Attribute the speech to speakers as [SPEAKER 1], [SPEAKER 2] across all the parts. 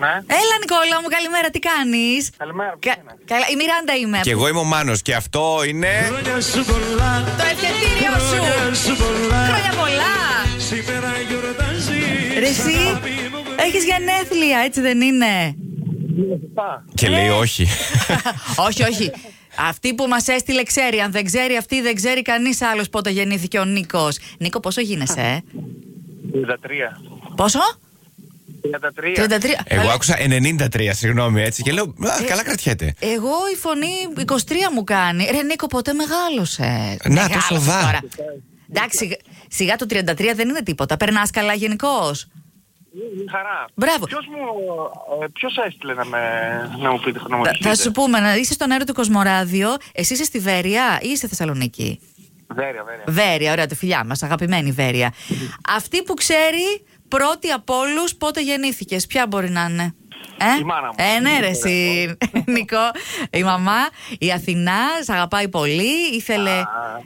[SPEAKER 1] Ναι.
[SPEAKER 2] Έλα, Νικόλα μου, καλημέρα, τι κάνεις.
[SPEAKER 1] Καλημέρα, ποιος είναι?
[SPEAKER 2] Καλά, η Μιράντα είμαι.
[SPEAKER 3] Και εγώ είμαι ο Μάνος και αυτό είναι...
[SPEAKER 4] Χρόνια σου πολλά,
[SPEAKER 2] Το ευχετήριο σου.
[SPEAKER 4] χρόνια σου πολλά.
[SPEAKER 2] Χρόνια πολλά.
[SPEAKER 4] Σήμερα γιορτάζει.
[SPEAKER 2] Ρε εσύ, έχεις γενέθλια, έτσι δεν είναι.
[SPEAKER 1] Είναι σωστά.
[SPEAKER 3] Και λέει όχι.
[SPEAKER 2] όχι, όχι. Αυτή που μας έστειλε ξέρει. Αν δεν ξέρει αυτή, δεν ξέρει κανείς άλλος πότε γεννήθηκε ο Νίκος. Νίκο, πόσο γίνεσαι, ε?
[SPEAKER 1] 33.
[SPEAKER 2] Πόσο?
[SPEAKER 1] 33.
[SPEAKER 2] 33.
[SPEAKER 3] Εγώ
[SPEAKER 2] Αλλά-
[SPEAKER 3] άκουσα 93, συγγνώμη έτσι. Και λέω, «Α, καλά κρατιέται.
[SPEAKER 2] Εγώ η φωνή 23 μου κάνει. Ρε Νίκο, ποτέ μεγάλωσε.
[SPEAKER 3] Να,
[SPEAKER 2] Μεγάλωσε
[SPEAKER 3] τόσο δα.
[SPEAKER 2] τώρα. Εντάξει, σιγά- σιγά το 33 δεν είναι τίποτα. Περνάς καλά γενικώς.
[SPEAKER 1] Χαρά.
[SPEAKER 2] Μπράβο.
[SPEAKER 1] Ποιος μου... ε, Ποιος έστειλε να, με, να μου πείτε να μου
[SPEAKER 2] Θα,
[SPEAKER 1] πείτε.
[SPEAKER 2] θα σου πούμε, να είσαι στον αέρα του Κοσμοράδιο, εσύ είσαι στη Βέρεια ή είσαι Θεσσαλονίκη.
[SPEAKER 1] Βέρεια, βέρεια.
[SPEAKER 2] Βέρεια, ωραία, τη φιλιά μας, αγαπημένη Βέρεια. Αυτή που ξέρει πρώτη από όλους πότε γεννήθηκες, ποια μπορεί να είναι. Ε?
[SPEAKER 1] Η μάνα μου.
[SPEAKER 2] Ε, ναι, ρε, εσύ, Νικό. Η μαμά, η Αθηνά, σε αγαπάει πολύ. Ήθελε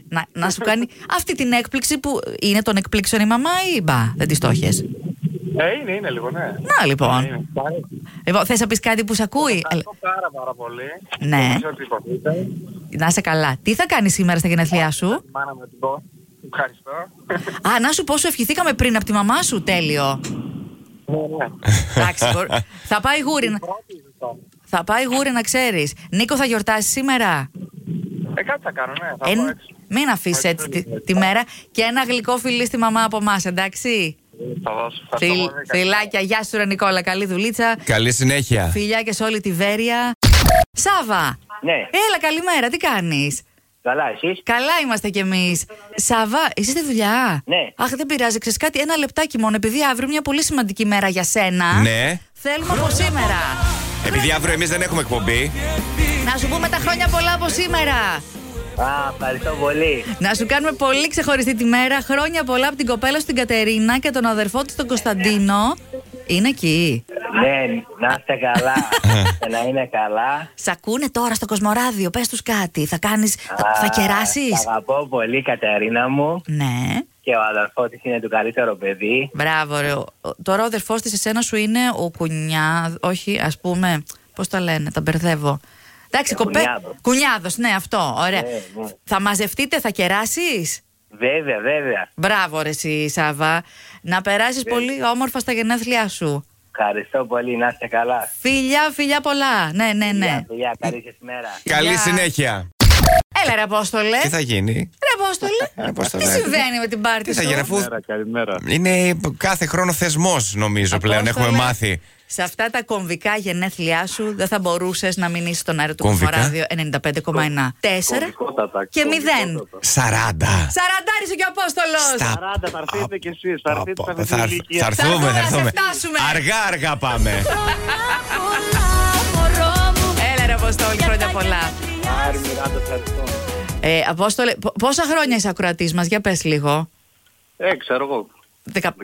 [SPEAKER 2] να, να σου κάνει αυτή την έκπληξη που είναι των εκπλήξεων η μαμά ή μπα, δεν τη το έχεις?
[SPEAKER 1] Ε, είναι, είναι λίγο, ναι.
[SPEAKER 2] Να λοιπόν.
[SPEAKER 1] Είναι. Μ' αρέσει.
[SPEAKER 2] Λοιπόν, θες να πεις κάτι που σε ακούει. Ε,
[SPEAKER 1] Ευχαριστώ πάρα πάρα πολύ.
[SPEAKER 2] Ναι.
[SPEAKER 1] Δεν ξέρω τι είπα.
[SPEAKER 2] Να είσαι καλά. Τι θα κάνεις σήμερα στα γενέθλιά σου.
[SPEAKER 1] Μάνα με την πω. Ευχαριστώ. Ε,
[SPEAKER 2] Α, να σου πω, σου ευχηθήκαμε πριν από τη μαμά σου. Τέλειο.
[SPEAKER 1] Ναι, ναι.
[SPEAKER 2] Εντάξει, μπορώ- θα πάει γούρι. να-
[SPEAKER 1] Πρώτη λοιπόν. ζητώ.
[SPEAKER 2] Θα πάει γούρι να ξέρεις. Νίκο, θα γιορτάσεις σήμερα.
[SPEAKER 1] Ε, κάτι θα κάνω, ναι. Θα
[SPEAKER 2] Ε,
[SPEAKER 1] πω έξω.
[SPEAKER 2] μην αφήσεις έτσι τη, τη μέρα. Και ένα γλυκό φιλί στη μαμά από εμάς, εντάξει.
[SPEAKER 1] Θα δώσω. Ευχαριστώ
[SPEAKER 2] Φιλ,
[SPEAKER 1] πολύ.
[SPEAKER 2] φιλάκια, γεια σου, ρε Νικόλα. Καλή δουλίτσα.
[SPEAKER 3] Καλή συνέχεια.
[SPEAKER 2] Φιλιά και σε όλη τη Βέρεια. Σάβα!
[SPEAKER 5] Ναι,
[SPEAKER 2] Έλα, καλημέρα, τι κάνεις.
[SPEAKER 5] καλά εσείς.
[SPEAKER 2] Καλά είμαστε κι εμείς. Σάβα, είσαι στη δουλειά.
[SPEAKER 5] Ναι.
[SPEAKER 2] Αχ, δεν πειράζει, ξέρεις κάτι. Ένα λεπτάκι μόνο, επειδή αύριο είναι μια πολύ σημαντική μέρα για σένα.
[SPEAKER 3] Ναι.
[SPEAKER 2] Θέλουμε από σήμερα.
[SPEAKER 3] Επειδή αύριο εμείς δεν έχουμε εκπομπή,
[SPEAKER 2] Να σου πούμε τα χρόνια πολλά από σήμερα.
[SPEAKER 5] Α, ευχαριστώ πολύ.
[SPEAKER 2] Να σου κάνουμε πολύ ξεχωριστή τη μέρα. Χρόνια πολλά από την κοπέλα σου την Κατερίνα και τον αδερφό του τον Κωνσταντίνο. Είναι εκεί.
[SPEAKER 5] Ναι, να είστε καλά.
[SPEAKER 2] Ε.
[SPEAKER 5] Και να είναι καλά.
[SPEAKER 2] Σ' ακούνε τώρα στο Κοσμοράδιο. Πες τους κάτι. Θα κάνεις... Θα, θα
[SPEAKER 5] Α,
[SPEAKER 2] κεράσεις.
[SPEAKER 5] σ' αγαπώ πολύ η Κατερίνα μου
[SPEAKER 2] Ναι.
[SPEAKER 5] και ο αδερφός της είναι το καλύτερο παιδί.
[SPEAKER 2] Μπράβο ρε. Ο- Τώρα ο αδερφός της εσένα σου είναι ο κουνιά... Όχι, ας πούμε... Πώς τα λένε, τα μπερδεύω. Εντάξει, κοπέ...
[SPEAKER 5] κουνιάδος.
[SPEAKER 2] Κουνιάδος, ναι, αυτό. Ωραία.
[SPEAKER 5] Ναι, ναι.
[SPEAKER 2] Θα μαζευτείτε, θα κεράσεις.
[SPEAKER 5] Βέβαια, βέβαια.
[SPEAKER 2] Μπράβο ρε εσύ Σάβα. Να περάσεις
[SPEAKER 5] Ναι.
[SPEAKER 2] πολύ όμορφα στα γενέθλιά σου.
[SPEAKER 5] Ευχαριστώ πολύ, να είστε καλά.
[SPEAKER 2] Φιλιά, φιλιά πολλά. Ναι, ναι, ναι.
[SPEAKER 5] Γεια, Φιλιά, καλή σας μέρα.
[SPEAKER 3] καλή
[SPEAKER 2] Γεια.
[SPEAKER 3] συνέχεια.
[SPEAKER 2] Έλα ρε Απόστολε.
[SPEAKER 3] Τι θα γίνει.
[SPEAKER 2] Ρε Απόστολε.
[SPEAKER 3] Απόστολε.
[SPEAKER 2] Τι συμβαίνει με την πάρτι
[SPEAKER 3] Τι θα
[SPEAKER 2] σου?
[SPEAKER 3] γίνει αφού
[SPEAKER 4] Καλημέρα.
[SPEAKER 3] είναι κάθε χρόνο θεσμός νομίζω πλέον.
[SPEAKER 2] Απόστολε,
[SPEAKER 3] Έχουμε μάθει.
[SPEAKER 2] Σε αυτά τα κομβικά γενέθλιά σου δεν θα μπορούσες να μην είσαι στον αέρα του
[SPEAKER 3] Κομβικά?
[SPEAKER 2] Κοσμοράδιο 95,1. Τέσσερα
[SPEAKER 4] Κομβικότατα,
[SPEAKER 2] και μηδέν.
[SPEAKER 3] 40.
[SPEAKER 2] Σαραντάρισε και ο Απόστολος.
[SPEAKER 3] Στα
[SPEAKER 4] 40 θα έρθετε κι εσείς, θα έρθετε σε
[SPEAKER 3] Πω, πω,
[SPEAKER 4] αυτή
[SPEAKER 3] Θα
[SPEAKER 4] την
[SPEAKER 3] έρθ-
[SPEAKER 4] ηλικία.
[SPEAKER 3] θα έρθουμε,
[SPEAKER 2] Θα
[SPEAKER 3] θα
[SPEAKER 2] έρθουμε,
[SPEAKER 3] έρθουμε.
[SPEAKER 2] θα σε φτάσουμε.
[SPEAKER 3] Αργά, αργά πάμε.
[SPEAKER 2] Έλα ρε Απόστολη, χρόνια πολλά.
[SPEAKER 5] Άρη, Μιράντα, ευχαριστώ.
[SPEAKER 2] Ε, Απόστολε, πο- πόσα χρόνια είσαι ακροατής μας, για πες λίγο.
[SPEAKER 4] Ε, ξέρω εγώ.
[SPEAKER 2] Δεκα-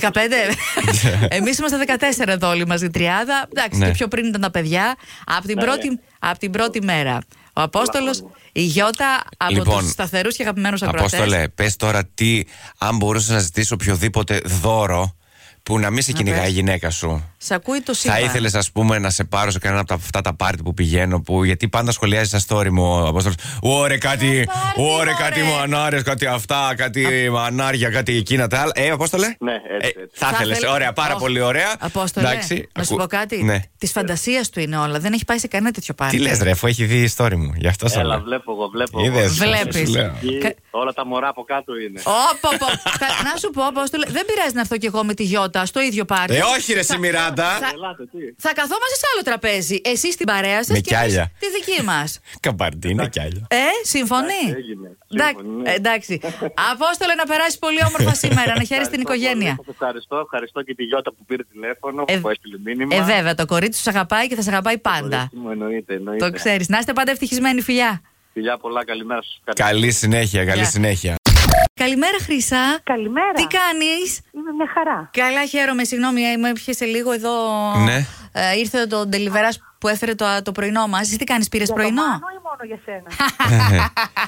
[SPEAKER 4] 15.
[SPEAKER 2] 15. Εμείς είμαστε 14 εδώ όλοι μαζί, τριάδα. Εντάξει,
[SPEAKER 3] Ναι.
[SPEAKER 2] και πιο πριν ήταν τα παιδιά. Από την, πρώτη, απ' την πρώτη μέρα. Ο Απόστολος, η Γιώτα από
[SPEAKER 3] Λοιπόν,
[SPEAKER 2] του σταθερούς και αγαπημένους ακροατές.
[SPEAKER 3] Απόστολε, πες τώρα τι, αν μπορούσε να ζητήσει οποιοδήποτε δώρο που να μην σε κυνηγάει η
[SPEAKER 2] πες.
[SPEAKER 3] γυναίκα σου.
[SPEAKER 2] Σ' ακούει το σύμπαν.
[SPEAKER 3] Θα ήθελες, ας πούμε, να σε πάρω σε κανένα από τα- αυτά τα πάρτι που πηγαίνω. Που, γιατί πάντα σχολιάζει στα story μου ο Απόστολος. Ωρε κάτι,
[SPEAKER 2] πάρτι,
[SPEAKER 3] ωρε
[SPEAKER 2] μωρέ».
[SPEAKER 3] κάτι μανάρες, κάτι αυτά, κάτι μανάρια, κάτι εκείνα τα άλλα. Ε, Απόστολε.
[SPEAKER 4] Ναι, έτσι,
[SPEAKER 3] Ε,
[SPEAKER 4] έτσι.
[SPEAKER 3] θα ήθελε.
[SPEAKER 2] θέλε-
[SPEAKER 3] Ωραία, πάρα
[SPEAKER 2] Ω,
[SPEAKER 3] πολύ ωραία.
[SPEAKER 2] Απόστολε,
[SPEAKER 3] Εντάξει,
[SPEAKER 2] να σου
[SPEAKER 3] ακού-
[SPEAKER 2] πω κάτι.
[SPEAKER 3] Ναι.
[SPEAKER 2] Της φαντασίας του είναι όλα. Δεν έχει πάει σε κανένα τέτοιο πάρτι.
[SPEAKER 3] Τι λες, ρε, αφού έχει δει η story μου. Γι' αυτό σα
[SPEAKER 4] Έλα,
[SPEAKER 3] λέω.
[SPEAKER 4] βλέπω εγώ, βλέπω εγώ.
[SPEAKER 3] Είδες,
[SPEAKER 2] Βλέπεις.
[SPEAKER 3] σου λέω.
[SPEAKER 4] Εκεί
[SPEAKER 2] Κα-
[SPEAKER 4] Όλα τα μωρά από κάτω είναι.
[SPEAKER 2] Ω, πω, πω. Κα- να σου πω, Απόστολε, δεν πειράζει να έρθω κι εγώ με τη Γιώτα στο ίδιο πάρτι.
[SPEAKER 3] Ε, όχι, ρε, Σιμιράντα.
[SPEAKER 2] θα-
[SPEAKER 4] Ελάτε, τι.
[SPEAKER 2] Θα καθόμαστε σε άλλο τραπέζι. Εσύ στην παρέα σας
[SPEAKER 3] Με
[SPEAKER 2] και εμείς
[SPEAKER 3] κιάλια.
[SPEAKER 2] τη δική μας.
[SPEAKER 3] Καμπαρτίνα κι άλλα.
[SPEAKER 2] Ε, συμφωνεί.
[SPEAKER 4] έγινε.
[SPEAKER 2] Εντάκ-
[SPEAKER 4] Σύμφωνοι, ναι.
[SPEAKER 2] Εντάξει. Απόστολε να περάσει πολύ όμορφα σήμερα, να χαίρεσαι την
[SPEAKER 4] Ευχαριστώ
[SPEAKER 2] οικογένεια.
[SPEAKER 4] πολύ, σας Ευχαριστώ, ευχαριστώ και τη Γιώτα που πήρε τηλέφωνο, που έστειλε μήνυμα.
[SPEAKER 2] ε, βέβαια, το κορίτσι σου σε αγαπάει και θα σε αγαπάει πάντα.
[SPEAKER 4] Κορίτσι μου, Εννοείται, εννοείται.
[SPEAKER 2] Το ξέρεις. Να είστε πάντα ευτυχισμένοι, φιλιά.
[SPEAKER 4] Φιλιά πολλά, καλημέρα σας.
[SPEAKER 3] Καλή συνέχεια, καλή
[SPEAKER 2] Γεια.
[SPEAKER 3] συνέχεια.
[SPEAKER 2] Καλημέρα, Χρυσά.
[SPEAKER 6] Καλημέρα.
[SPEAKER 2] Τι κάνεις.
[SPEAKER 6] Είμαι μια χαρά.
[SPEAKER 2] Καλά, χαίρομαι. Συγγνώμη, ε, με πιέσε λίγο εδώ.
[SPEAKER 3] Ναι.
[SPEAKER 2] Ε, ήρθε το ντελιβερά που έφερε το, το πρωινό μας. Εσύ τι κάνεις, πήρες πρωινό.
[SPEAKER 6] Για το Μάνο ή μόνο για σένα.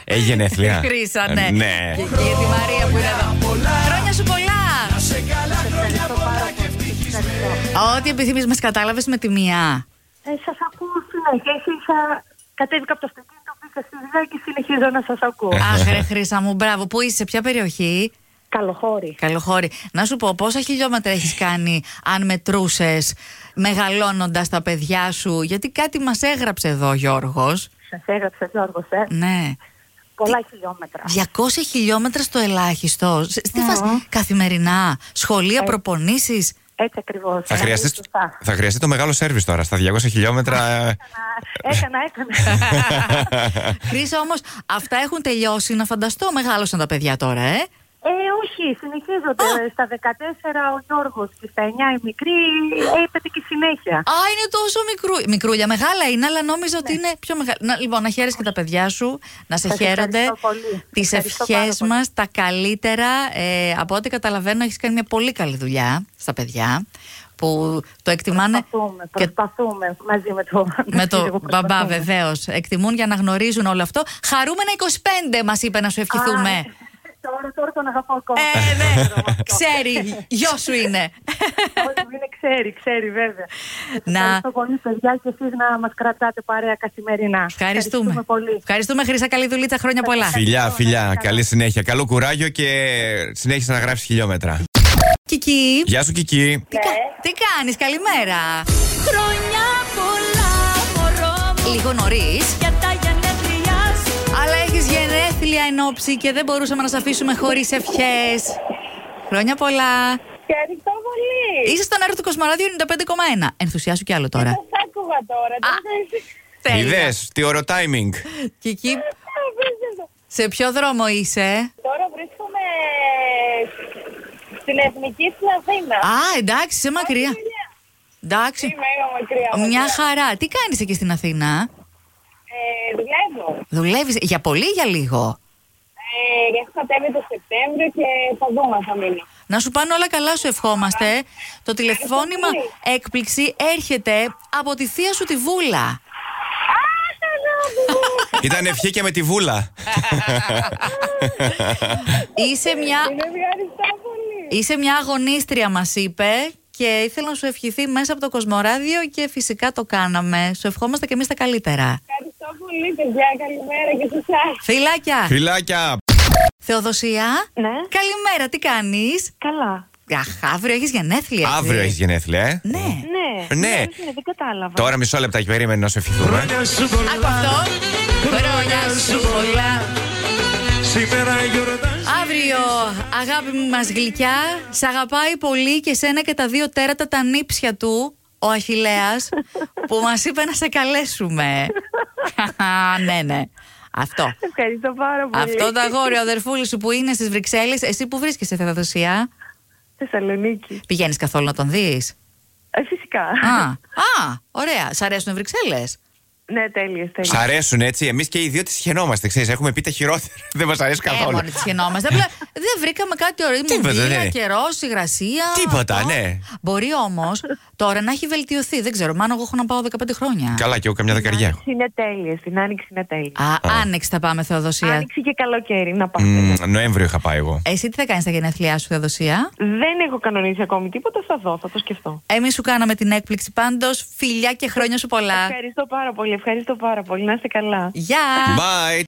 [SPEAKER 3] Έγινε εθλία.
[SPEAKER 2] Χρύσα, ναι.
[SPEAKER 3] ναι.
[SPEAKER 2] Και, και τη Μαρία που είναι εδώ. Χρόνια σου πολλά.
[SPEAKER 6] Ευχαριστώ πάρα πολύ. Ευχαριστώ.
[SPEAKER 2] Ό,τι επιθυμείς, μας κατάλαβες με τη μία.
[SPEAKER 6] Ε, σας ακούω συνέχεια. Σα... Κατέβηκα από το αυτοκίνητο, πήγα στη δουλειά και συνεχίζω να σας ακούω.
[SPEAKER 2] Αχ, ρε Χρύσα μου, μπράβο. Πού είσαι, ποια περιοχή.
[SPEAKER 6] Καλοχώρη.
[SPEAKER 2] Καλοχώρη. Να σου πω, πόσα χιλιόμετρα έχεις κάνει, αν μετρούσες, μεγαλώνοντας τα παιδιά σου. Γιατί κάτι μας έγραψε εδώ, Γιώργος.
[SPEAKER 6] Σας έγραψε Γιώργος, ε.
[SPEAKER 2] Ναι.
[SPEAKER 6] Πολλά χιλιόμετρα.
[SPEAKER 2] 200 χιλιόμετρα στο ελάχιστο. Σε- Στη φάση καθημερινά, σχολεία, προπονήσεις.
[SPEAKER 6] Έτσι ακριβώς.
[SPEAKER 2] Ε,
[SPEAKER 3] Θα χρειαστεί, θα χρειαστεί το μεγάλο σερβις τώρα, στα 200 χιλιόμετρα. ε.
[SPEAKER 6] Έκανα, έκανα.
[SPEAKER 2] Χρήσα όμως, αυτά έχουν τελειώσει. Να φανταστώ, μεγάλωσαν τα παιδιά τώρα, ε.
[SPEAKER 6] Ε, όχι, συνεχίζονται. Στα 14 ο Γιώργος και στα 9 η μικρή έπεται ε, και συνέχεια.
[SPEAKER 2] Α, είναι τόσο μικρού... μικρούλια. Μεγάλα είναι, αλλά νόμιζα ότι είναι πιο μεγάλα. Να, λοιπόν, να χαίρεσαι και τα παιδιά σου, να σε
[SPEAKER 6] Ναι. Σας
[SPEAKER 2] χαίρονται.
[SPEAKER 6] ευχαριστώ πολύ.
[SPEAKER 2] Τις
[SPEAKER 6] Ευχαριστώ πάρα
[SPEAKER 2] ευχές
[SPEAKER 6] πολύ.
[SPEAKER 2] μας, τα καλύτερα. Ε, από ό,τι καταλαβαίνω, έχεις κάνει μια πολύ καλή δουλειά στα παιδιά που το εκτιμάνε.
[SPEAKER 6] Προσπαθούμε,
[SPEAKER 2] ναι. και
[SPEAKER 6] προσπαθούμε μαζί με το,
[SPEAKER 2] με
[SPEAKER 6] λίγο
[SPEAKER 2] το μπαμπά,
[SPEAKER 6] προσπαθούμε.
[SPEAKER 2] βεβαίως. Εκτιμούν για να γνωρίζουν όλο αυτό. Χαρούμενα 25, μας είπε να σου ευχηθούμε.
[SPEAKER 6] Α, Τώρα, τώρα τον αγαπώ ακόμα.
[SPEAKER 2] Ε, ναι, ξέρει, γιο σου είναι.
[SPEAKER 6] Όχι, είναι, ξέρει, ξέρει βέβαια.
[SPEAKER 2] Να-
[SPEAKER 6] Ευχαριστώ πολύ παιδιά και εσείς να μας κρατάτε παρέα καθημερινά.
[SPEAKER 2] Ευχαριστούμε.
[SPEAKER 6] πολύ.
[SPEAKER 2] Ευχαριστούμε, Χρυσά. Καλή δουλίτσα. Χρόνια πολλά.
[SPEAKER 3] Φιλιά, φιλιά.
[SPEAKER 6] καλά.
[SPEAKER 3] Καλή συνέχεια. Καλό κουράγιο και συνέχισε να γράψεις χιλιόμετρα.
[SPEAKER 2] Κική.
[SPEAKER 7] Ναι.
[SPEAKER 3] Γεια σου, Κική.
[SPEAKER 2] Τι, κα- τι κάνεις, καλημέρα.
[SPEAKER 7] Χρόνια πολλά μωρό μου
[SPEAKER 2] Λίγο νωρίς,
[SPEAKER 7] για τα γενέθλιά σου
[SPEAKER 2] αλλά έχεις γενέθλια εν ώψη και δεν μπορούσαμε να σε αφήσουμε χωρίς ευχές. Χρόνια πολλά.
[SPEAKER 8] Ευχαριστώ πολύ.
[SPEAKER 2] Είσαι στον αέρα του Κοσμοράδιου 95,1. Ενθουσιάσου κι άλλο τώρα.
[SPEAKER 8] Σας άκουγα τώρα.
[SPEAKER 2] Α. Τέλεια.
[SPEAKER 3] Είδε, τι ωραίο timing.
[SPEAKER 2] Και εκεί,
[SPEAKER 8] Απίστευτο.
[SPEAKER 2] σε ποιο δρόμο είσαι.
[SPEAKER 8] Τώρα βρίσκομαι στην Εθνική στην Αθήνα.
[SPEAKER 2] Α, εντάξει, σε μακριά. Εντάξει.
[SPEAKER 8] Είμαι, είμαι μακριά.
[SPEAKER 2] Μια
[SPEAKER 8] μακριά.
[SPEAKER 2] χαρά. Τι κάνεις εκεί στην Αθήνα.
[SPEAKER 8] Ε, δουλεύω.
[SPEAKER 2] Δουλεύεις για πολύ ή για λίγο.
[SPEAKER 8] Ε, γι' αυτό κατέβει το Σεπτέμβριο και θα δούμε αν θα μείνω.
[SPEAKER 2] Να σου πάνε όλα καλά, σου ευχόμαστε. Το τηλεφώνημα έκπληξη έρχεται από τη θεία σου τη Βούλα.
[SPEAKER 8] Α, αγάπη μου.
[SPEAKER 3] Ήταν ευχή και με τη βούλα.
[SPEAKER 2] Είσαι μια,
[SPEAKER 8] Είναι Ε, ευχαριστώ πολύ.
[SPEAKER 2] είσαι μια αγωνίστρια, μας είπε, και ήθελα να σου ευχηθεί μέσα από το Κοσμοράδιο και φυσικά το κάναμε. Σου ευχόμαστε και εμείς τα καλύτερα.
[SPEAKER 8] Ευχαριστώ πολύ, παιδιά. Καλημέρα και σε εσάς.
[SPEAKER 2] Φιλάκια!
[SPEAKER 3] Φιλάκια.
[SPEAKER 2] Θεοδοσία,
[SPEAKER 6] Ναι.
[SPEAKER 2] καλημέρα, τι κάνεις.
[SPEAKER 6] Καλά.
[SPEAKER 2] Αχ, αύριο έχεις γενέθλια. έτσι.
[SPEAKER 3] Αύριο έχεις γενέθλια, ε.
[SPEAKER 2] Ναι.
[SPEAKER 6] Ναι.
[SPEAKER 3] Ναι.
[SPEAKER 6] δεν κατάλαβα.
[SPEAKER 3] Τώρα μισό λεπτάκι περίμενε να σε ευχηθούμε.
[SPEAKER 2] Άκου αυτό. Χρόνια σου πολλά.
[SPEAKER 9] Σήμερα
[SPEAKER 2] Αύριο, αγάπη μου μας γλυκιά, σ' αγαπάει πολύ και σένα και τα δύο τέρατα τα νύψια του, ο Αχιλέας, που μας είπε να σε καλέσουμε. Χαχα, ναι, ναι. Αυτό.
[SPEAKER 6] Ευχαριστώ πάρα πολύ.
[SPEAKER 2] Αυτό το αγόρι, ο αδερφούλης σου που είναι στις Βρυξέλλες, εσύ που βρίσκεσαι Θεοδοσία,
[SPEAKER 6] Θεσσαλονίκη.
[SPEAKER 2] πηγαίνεις καθόλου να τον δεις.
[SPEAKER 6] Ε, φυσικά.
[SPEAKER 2] Α, α, ωραία. Σ' αρέσουν οι Βρυξέλλες.
[SPEAKER 6] Ναι, τέλειες,
[SPEAKER 3] Σ' αρέσουν έτσι. Εμείς και οι δύο τις χαινόμαστε. Ξέρεις, έχουμε πει τα χειρότερα. Δεν μας αρέσει
[SPEAKER 2] Ε,
[SPEAKER 3] καθόλου.
[SPEAKER 2] μόνοι τις χαινόμαστε. Απλά δεν βρήκαμε κάτι ωραίο.
[SPEAKER 3] Τίποτα,
[SPEAKER 2] Μουβίλα,
[SPEAKER 3] ναι.
[SPEAKER 2] καιρός, υγρασία.
[SPEAKER 3] Τίποτα,
[SPEAKER 2] αυτό.
[SPEAKER 3] ναι.
[SPEAKER 2] Μπορεί όμως τώρα να έχει βελτιωθεί. Δεν ξέρω. Μάλλον εγώ έχω να πάω 15 χρόνια.
[SPEAKER 3] Καλά, και εγώ καμιά δεκαριά έχω.
[SPEAKER 8] Είναι τέλειες. Την άνοιξη είναι τέλειες.
[SPEAKER 2] Α, άνοιξε θα πάμε, Θεοδοσία.
[SPEAKER 8] Άνοιξη και καλοκαίρι να πάμε.
[SPEAKER 3] Μμ, Νοέμβριο είχα πάει εγώ.
[SPEAKER 2] Εσύ τι θα κάνεις στα γενέθλιά σου, Θεοδοσία.
[SPEAKER 8] Δεν έχω κανονίσει ακόμη τίποτα. Θα δω, θα το σκεφτώ.
[SPEAKER 2] Εμείς σου κάναμε την έκπληξη πάντως. Φιλιά και χρόνια σου πολλά.
[SPEAKER 8] Ευχαριστώ πάρα πολύ. Ευχαριστώ πάρα πολύ. Να είστε καλά.
[SPEAKER 2] Γεια!
[SPEAKER 3] Bye.